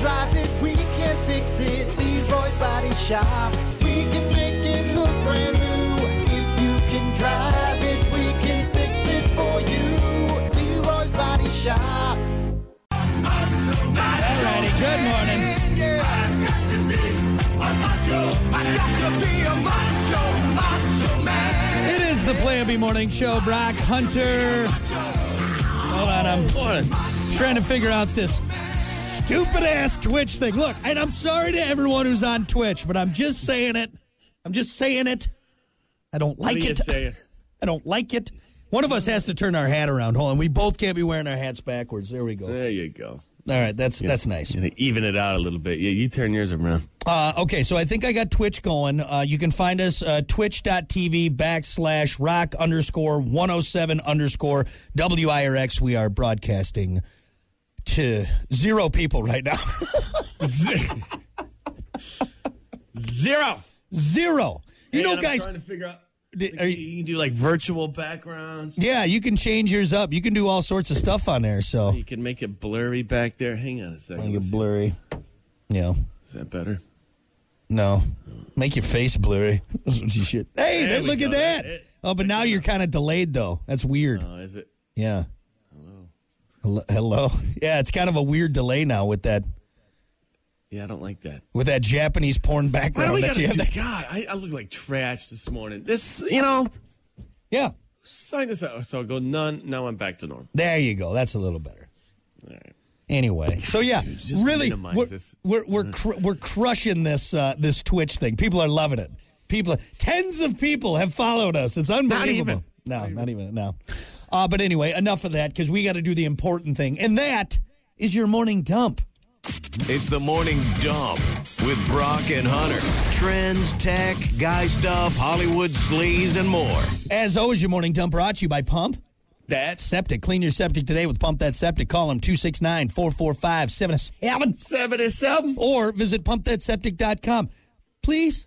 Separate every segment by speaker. Speaker 1: drive it, we can fix it. Leroy's Body Shop. We can make it look brand new. If you can drive it, we can fix it for you. Leroy's Body Shop.
Speaker 2: All righty, good morning. It is the Plan B Morning Show. Brock Hunter. Hold on, I'm trying to figure out this stupid ass Twitch thing. Look, and I'm sorry to everyone who's on Twitch, but I'm just saying it. I'm just saying it. I don't like
Speaker 3: What do you
Speaker 2: it.
Speaker 3: say?
Speaker 2: I don't like it. One of us has to turn our hat around. Hold on, we both can't be wearing our hats backwards. There we go. All
Speaker 3: There you go.
Speaker 2: right, that's that's nice.
Speaker 3: Gonna even it out a little bit. Yeah, you turn yours around.
Speaker 2: Uh, okay, so I think I got Twitch going. Uh, you can find us uh, twitch.tv backslash rock underscore 107 underscore WIRX. We are broadcasting to zero people right now.
Speaker 3: Zero.
Speaker 2: zero. You know,
Speaker 3: And I'm
Speaker 2: guys,
Speaker 3: trying to figure out.
Speaker 2: d-
Speaker 3: like,
Speaker 2: are you-
Speaker 3: you can do like virtual backgrounds.
Speaker 2: yeah, you can change yours up. You can do all sorts of stuff on there, so.
Speaker 3: You can make it blurry back there. Hang on a second.
Speaker 2: Make it blurry. Yeah.
Speaker 3: Is that better?
Speaker 2: No. Make your face blurry. That's what you should. Hey,
Speaker 3: There
Speaker 2: that-
Speaker 3: we
Speaker 2: look
Speaker 3: go.
Speaker 2: at that.
Speaker 3: It-
Speaker 2: oh, but now you're kind of delayed, though. That's weird.
Speaker 3: Oh, is it?
Speaker 2: Yeah. Hello. Hello. Yeah, it's kind of a weird delay now with that
Speaker 3: Yeah, I don't like that.
Speaker 2: with that Japanese porn
Speaker 3: Why do
Speaker 2: background
Speaker 3: we
Speaker 2: that
Speaker 3: gotta
Speaker 2: you
Speaker 3: do
Speaker 2: have. That.
Speaker 3: that? God, I, I look like trash this morning. This, you know,
Speaker 2: Yeah.
Speaker 3: sign us out. So I'll go none. Now I'm back to normal.
Speaker 2: There you go. That's a little better.
Speaker 3: All right.
Speaker 2: Anyway, so yeah,
Speaker 3: just
Speaker 2: really,
Speaker 3: minimize
Speaker 2: we're
Speaker 3: this. Mm-hmm.
Speaker 2: we're we're, cr- we're crushing this uh, this Twitch thing. People are loving it. People, tens of people have followed us. It's unbelievable.
Speaker 3: even.
Speaker 2: No, not even no. Uh, but anyway, enough of that because we got to do the important thing, and that is your morning dump.
Speaker 4: It's the morning dump with Brock and Hunter. Trends, tech, guy stuff, Hollywood sleaze, and more.
Speaker 2: As always, your morning dump brought to you by Pump.
Speaker 3: That's
Speaker 2: septic. Clean your septic today with Pump That Septic. Call them 269 445 77
Speaker 3: 77.
Speaker 2: or visit pumpthatseptic.com. Please,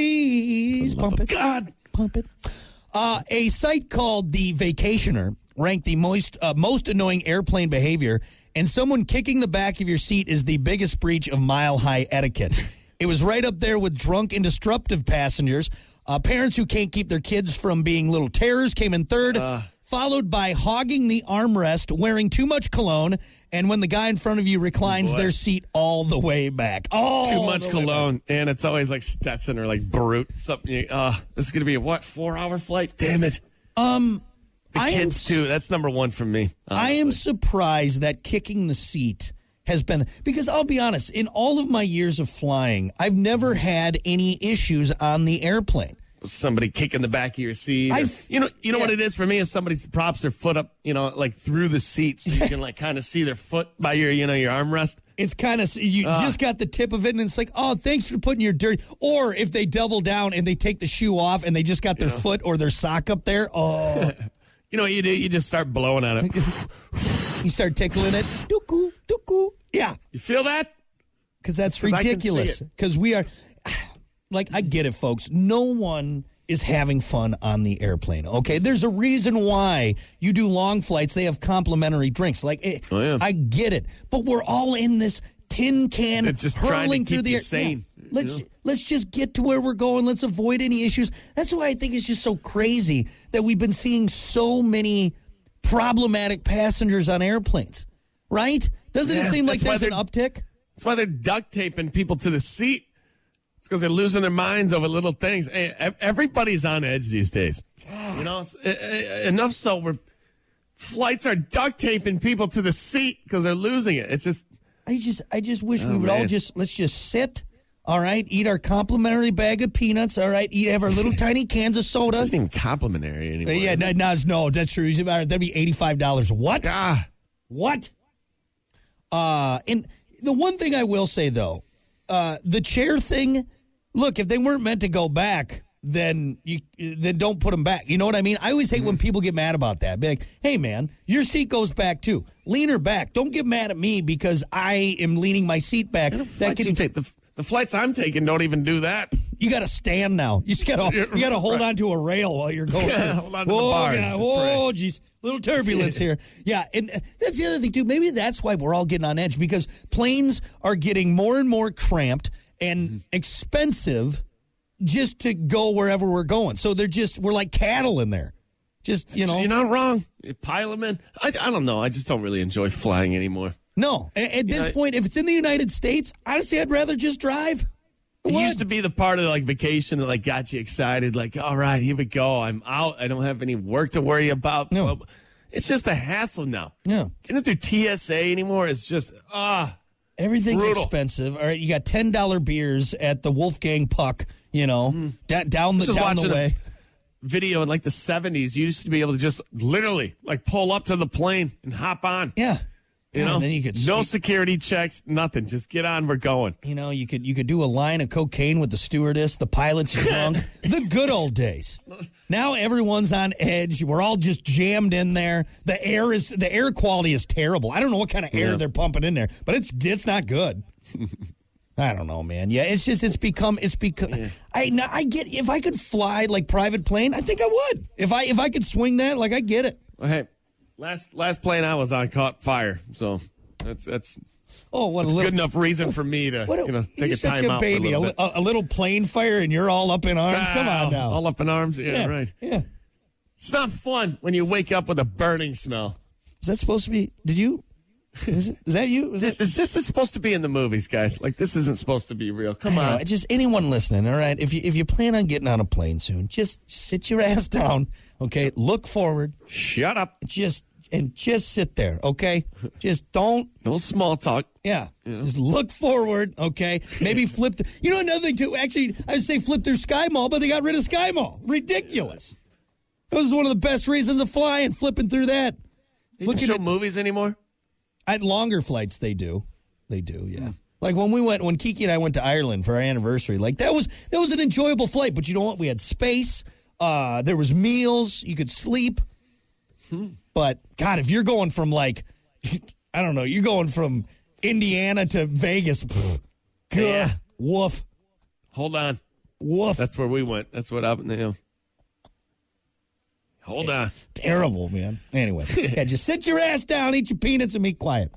Speaker 2: please pump it. God, pump it. Uh, a site called The Vacationer ranked the most, uh, most annoying airplane behavior, and someone kicking the back of your seat is the biggest breach of mile high etiquette. it was right up there with drunk and disruptive passengers. Uh, parents who can't keep their kids from being little terrors came in third
Speaker 3: Uh.
Speaker 2: followed by hogging the armrest, wearing too much cologne, and when the guy in front of you reclines
Speaker 3: Boy.
Speaker 2: their seat all the way back. Oh,
Speaker 3: Too much cologne, and it's always like Stetson or like Brute. Something. you- Uh, this is gonna be a what? Four hour flight? Damn it.
Speaker 2: I am,
Speaker 3: Kids too. That's number one for me. Uh,
Speaker 2: I am
Speaker 3: honestly.
Speaker 2: surprised that kicking the seat has been because I'll be honest, in all of my years of flying, I've never had any issues on the airplane.
Speaker 3: somebody kicking the back of your seat. or-
Speaker 2: I've-
Speaker 3: you know, you know
Speaker 2: yeah.
Speaker 3: what it is for me is somebody props their foot up, you know, like through the seat, so you can like kind of see their foot by your, you know, your armrest.
Speaker 2: It's kind of you just got the tip of it, and it's like, oh, thanks for putting your dirty. Or if they double down and they take the shoe off and they just got their foot or their sock up there, oh.
Speaker 3: You know what you do? You just start blowing on it.
Speaker 2: You start tickling it. Doo-coo, doo-coo. Yeah,
Speaker 3: You feel that?
Speaker 2: because that's
Speaker 3: 'Cause I can see
Speaker 2: ridiculous.
Speaker 3: it.
Speaker 2: Because we are, like, I get it, folks. No one is having fun on the airplane, okay? There's a reason why you do long flights. They have complimentary drinks. Like, eh,
Speaker 3: Oh, yeah.
Speaker 2: I get it. But we're all in this tin can
Speaker 3: They're just trying to
Speaker 2: hurling through
Speaker 3: keep
Speaker 2: the
Speaker 3: you
Speaker 2: air.
Speaker 3: sane, you
Speaker 2: Let's
Speaker 3: know?
Speaker 2: let's just get to where we're going. Let's avoid any issues. That's why I think it's just so crazy that we've been seeing so many problematic passengers on airplanes. Right? Doesn't it
Speaker 3: Yeah,
Speaker 2: seem like
Speaker 3: that's why
Speaker 2: there's an
Speaker 3: they're-
Speaker 2: uptick?
Speaker 3: That's why they're duct taping people to the seat. It's because they're losing their minds over little things. Hey, ev- everybody's on edge these days. You know, s- e- e- enough so we're flights are duct taping people to the seat because they're losing it. It's just
Speaker 2: I just I just wish we
Speaker 3: Oh,
Speaker 2: would all
Speaker 3: man.
Speaker 2: just let's just sit, all right, eat our complimentary bag of peanuts, all right, eat have our little tiny cans of soda.
Speaker 3: it's not even complimentary anymore.
Speaker 2: Uh, yeah,
Speaker 3: is it?
Speaker 2: no, no, it's- no, that's true. All right, That'd be eighty five dollars. What?
Speaker 3: Ah.
Speaker 2: What? Uh and the one thing I will say though, uh the chair thing, look, if they weren't meant to go back, then you then don't put them back. You know what I mean? I always hate when people get mad about that. Be like, "Hey man, your seat goes back too. Lean her back. Don't get mad at me because I am leaning my seat back. That
Speaker 3: Flights you
Speaker 2: can
Speaker 3: take- the, the flights I'm taking don't even do that.
Speaker 2: you got to stand now. You just got to you got to hold on to a rail while you're going.
Speaker 3: Yeah, hold on to the
Speaker 2: Whoa,
Speaker 3: bars.
Speaker 2: God, whoa, jeez. little turbulence here. Yeah, and uh, that's the other thing too. Maybe that's why we're all getting on edge because planes are getting more and more cramped
Speaker 3: Mm-hmm.
Speaker 2: and expensive just to go wherever we're going. So they're just we're like cattle in there. Just you know,
Speaker 3: You're not wrong. You pile them in. I, I don't know. I just don't really enjoy flying anymore.
Speaker 2: no. At, at this
Speaker 3: know,
Speaker 2: point, if it's in the United States, honestly, I'd rather just drive.
Speaker 3: It used to be the part of like vacation that like got you excited. Like, all right, here we go. I'm out. I don't have any work to worry about.
Speaker 2: No.
Speaker 3: Well, It's just a hassle now.
Speaker 2: Yeah.
Speaker 3: Getting through TSA anymore is just ah.
Speaker 2: Everything's
Speaker 3: Brutal.
Speaker 2: expensive. All right, you got ten dollar beers at the Wolfgang Puck. You know, da- down the
Speaker 3: Mm-hmm. Just
Speaker 2: down the
Speaker 3: watching a-
Speaker 2: way.
Speaker 3: video in like the 70s you used to be able to just literally like pull up to the plane and hop on
Speaker 2: Yeah,
Speaker 3: you know
Speaker 2: and then you could
Speaker 3: no
Speaker 2: sneak-
Speaker 3: security checks nothing just get on we're going
Speaker 2: You know, you could you could do a line of cocaine with the stewardess, the pilots drunk, the good old days. Now everyone's on edge. We're all just jammed in there. The air is the air quality is terrible. I don't know what kind of air
Speaker 3: Yeah.
Speaker 2: they're pumping in there, but it's it's not good. I don't know, man. Yeah, it's just it's become it's become. I no, I get if I could fly like private plane, I think I would. If I if I could swing that, like I get it.
Speaker 3: Well, hey last last plane i was on caught fire so that's that's,
Speaker 2: Oh, what
Speaker 3: that's
Speaker 2: a little
Speaker 3: good enough reason for me to
Speaker 2: What a,
Speaker 3: you know
Speaker 2: you're
Speaker 3: take a
Speaker 2: such
Speaker 3: time
Speaker 2: a
Speaker 3: out
Speaker 2: baby.
Speaker 3: for a little,
Speaker 2: li-
Speaker 3: bit. Ah,
Speaker 2: a, a little plane fire, and you're all up in arms. Come
Speaker 3: Ow,
Speaker 2: on now.
Speaker 3: all up in arms yeah,
Speaker 2: yeah,
Speaker 3: right
Speaker 2: Yeah.
Speaker 3: it's not fun when you wake up with a burning smell
Speaker 2: Is that supposed to be? Did you? Is, it, is that you? Is that,
Speaker 3: this, this is supposed to be in the movies guys like this isn't supposed to be real come
Speaker 2: I don't
Speaker 3: on
Speaker 2: know, uh, just anyone listening. All right, if you if you plan on getting on a plane soon, just sit your ass down. Okay, look forward.
Speaker 3: shut up
Speaker 2: Just and just sit there. Okay, just don't.
Speaker 3: no small talk
Speaker 2: Yeah, just look forward. Okay, maybe flip. The, you know another thing too. Actually, I would say flip their Sky Mall, but they got rid of Sky Mall. Ridiculous. That was one of the best reasons of flying, flipping through that.
Speaker 3: they
Speaker 2: Look
Speaker 3: don't
Speaker 2: at
Speaker 3: show
Speaker 2: it-
Speaker 3: movies anymore
Speaker 2: At longer flights, they do. They do, yeah. Like when we went, when Kiki and I went to Ireland for our anniversary, like that was that was an enjoyable flight. But you know what? We had space. Uh, there was meals. You could sleep. But God, if you're going from like, I don't know, you're going from Indiana to Vegas. Pff, gah,
Speaker 3: Yeah.
Speaker 2: Woof.
Speaker 3: hold on
Speaker 2: Woof.
Speaker 3: That's where we went. That's what happened to him. Hold on.
Speaker 2: terrible, man. Anyway, yeah, just sit your ass down, eat your peanuts, and be quiet.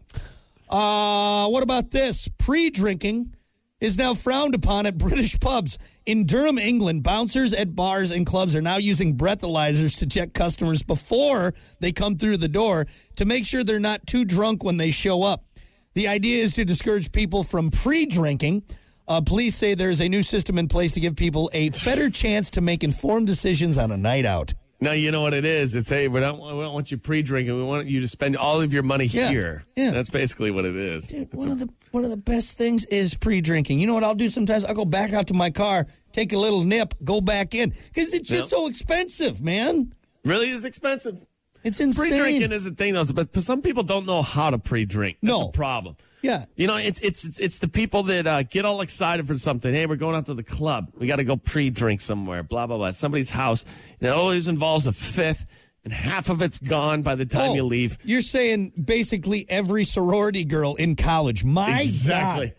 Speaker 2: Uh, what about this? Pre drinking is now frowned upon at British pubs. In Durham, England, bouncers at bars and clubs are now using breathalyzers to check customers before they come through the door to make sure they're not too drunk when they show up. The idea is to discourage people from pre drinking. Uh, police say there's a new system in place to give people a better chance to make informed decisions on a night out.
Speaker 3: Now you know what it is. It's hey, we don't, we don't want you pre-drinking. We want you to spend all of your money
Speaker 2: Yeah.
Speaker 3: here.
Speaker 2: Yeah.
Speaker 3: That's basically what it is.
Speaker 2: Dude, one of the one of the best things is pre-drinking. You know what I'll do sometimes? I'll go back out to my car, take a little nip, go back in because it's just
Speaker 3: Yeah.
Speaker 2: so expensive, man.
Speaker 3: Really is expensive.
Speaker 2: It's insane.
Speaker 3: Pre-drinking is a thing though, but some people don't know how to pre-drink. That's
Speaker 2: No.
Speaker 3: a problem.
Speaker 2: yeah,
Speaker 3: You know, it's it's it's, it's the people that uh, get all excited for something. Hey, we're going out to the club. We got to go pre-drink somewhere. Blah blah blah. At somebody's house. And it always involves a fifth, and half of it's gone by the time
Speaker 2: Oh,
Speaker 3: you leave.
Speaker 2: You're saying basically every sorority girl in college. My
Speaker 3: Exactly.
Speaker 2: God.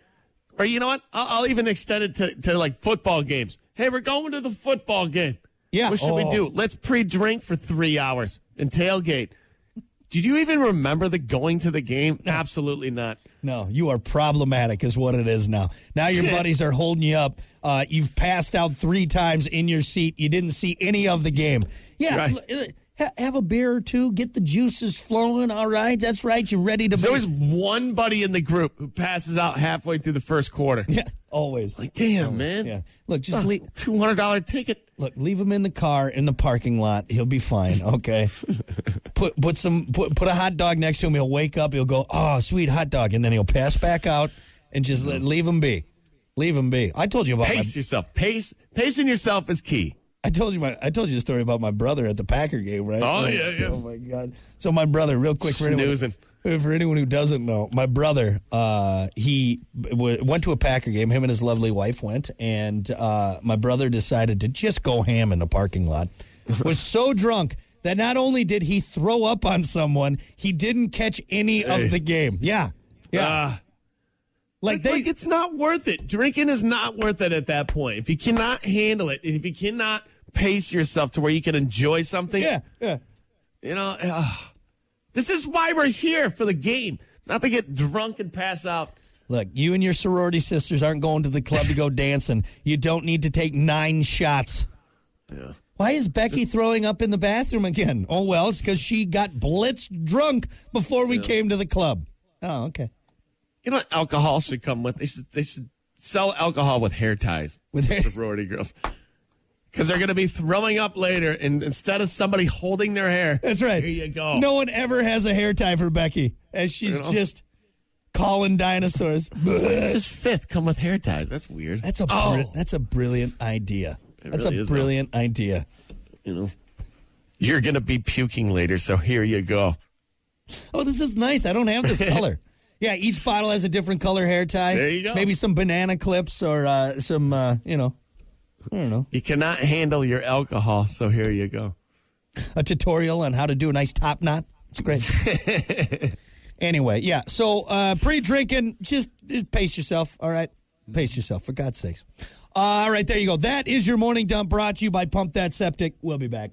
Speaker 3: Or you know what? I'll, I'll even extend it to, to like football games. Hey, we're going to the football game.
Speaker 2: Yeah.
Speaker 3: What should
Speaker 2: Oh.
Speaker 3: we do? Let's pre-drink for three hours and tailgate. Did you even remember the going to the game? Absolutely not.
Speaker 2: No, you are problematic, is what it is now. Now your buddies are holding you up. Uh, you've passed out three times in your seat. You didn't see any of the game. Yeah,
Speaker 3: Right.
Speaker 2: l- uh, ha- have a beer or two. Get the juices flowing. All right, that's right. You're ready to.
Speaker 3: There's always one buddy in the group who passes out halfway through the first quarter.
Speaker 2: Yeah, always.
Speaker 3: Like, damn, man.
Speaker 2: Yeah, look, just leave.
Speaker 3: Two hundred dollar ticket.
Speaker 2: Look, leave him in the car in the parking lot. He'll be fine. Okay. put put some put put a hot dog next to him. He'll wake up. He'll go, oh, sweet hot dog, and then he'll pass back out and
Speaker 3: Mm-hmm.
Speaker 2: just let, leave him be. Leave him be. I told you about. My,
Speaker 3: Pace yourself. Pace. Pacing yourself is key.
Speaker 2: I told you my. I told you the story about my brother at the Packer game, right?
Speaker 3: Oh, yeah, yeah.
Speaker 2: Oh my god. So my brother, real quick, for anyone,
Speaker 3: Snoozing.
Speaker 2: for anyone who doesn't know, my brother, uh, he w- went to a Packer game. Him and his lovely wife went, and uh, my brother decided to just go ham in the parking lot. Was so drunk that not only did he throw up on someone, he didn't catch any
Speaker 3: Hey.
Speaker 2: of the game. Yeah, yeah.
Speaker 3: Ah.
Speaker 2: like they,
Speaker 3: like it's not worth it. Drinking is not worth it at that point. If you cannot handle it, if you cannot pace yourself to where you can enjoy something,
Speaker 2: yeah, yeah.
Speaker 3: You know, ugh. this is why we're here for the game, not to get drunk and pass out.
Speaker 2: Look, you and your sorority sisters aren't going to the club to go dancing. You don't need to take nine shots.
Speaker 3: Yeah.
Speaker 2: Why is Becky throwing up in the bathroom again? Oh, well, it's because she got blitzed drunk before we came to the club. Oh, okay.
Speaker 3: You know what alcohol should come with? They should they should sell alcohol with hair ties
Speaker 2: With hair-
Speaker 3: sorority girls. Because they're going to be throwing up later, and instead of somebody holding their hair,
Speaker 2: That's right.
Speaker 3: Here you go.
Speaker 2: No one ever has a hair tie for Becky, as she's
Speaker 3: You know?
Speaker 2: just calling dinosaurs.
Speaker 3: This is fifth. Come with hair ties. That's weird.
Speaker 2: That's a bri-
Speaker 3: oh,
Speaker 2: that's a brilliant idea. That's
Speaker 3: really
Speaker 2: a
Speaker 3: is, though.
Speaker 2: brilliant idea.
Speaker 3: you know, you're going to be puking later, so here you go.
Speaker 2: Oh, this is nice. I don't have this color. Yeah, each bottle has a different color hair tie.
Speaker 3: There you go.
Speaker 2: Maybe some banana clips or uh, some, uh, you know, I don't know,
Speaker 3: You cannot handle your alcohol, so here you go.
Speaker 2: a tutorial on how to do a nice top knot. It's great. anyway, yeah. So uh, pre-drinking, just, just pace yourself. All right, pace yourself for God's sakes. all right, there you go. That is your morning dump brought to you by Pump That Septic. We'll be back.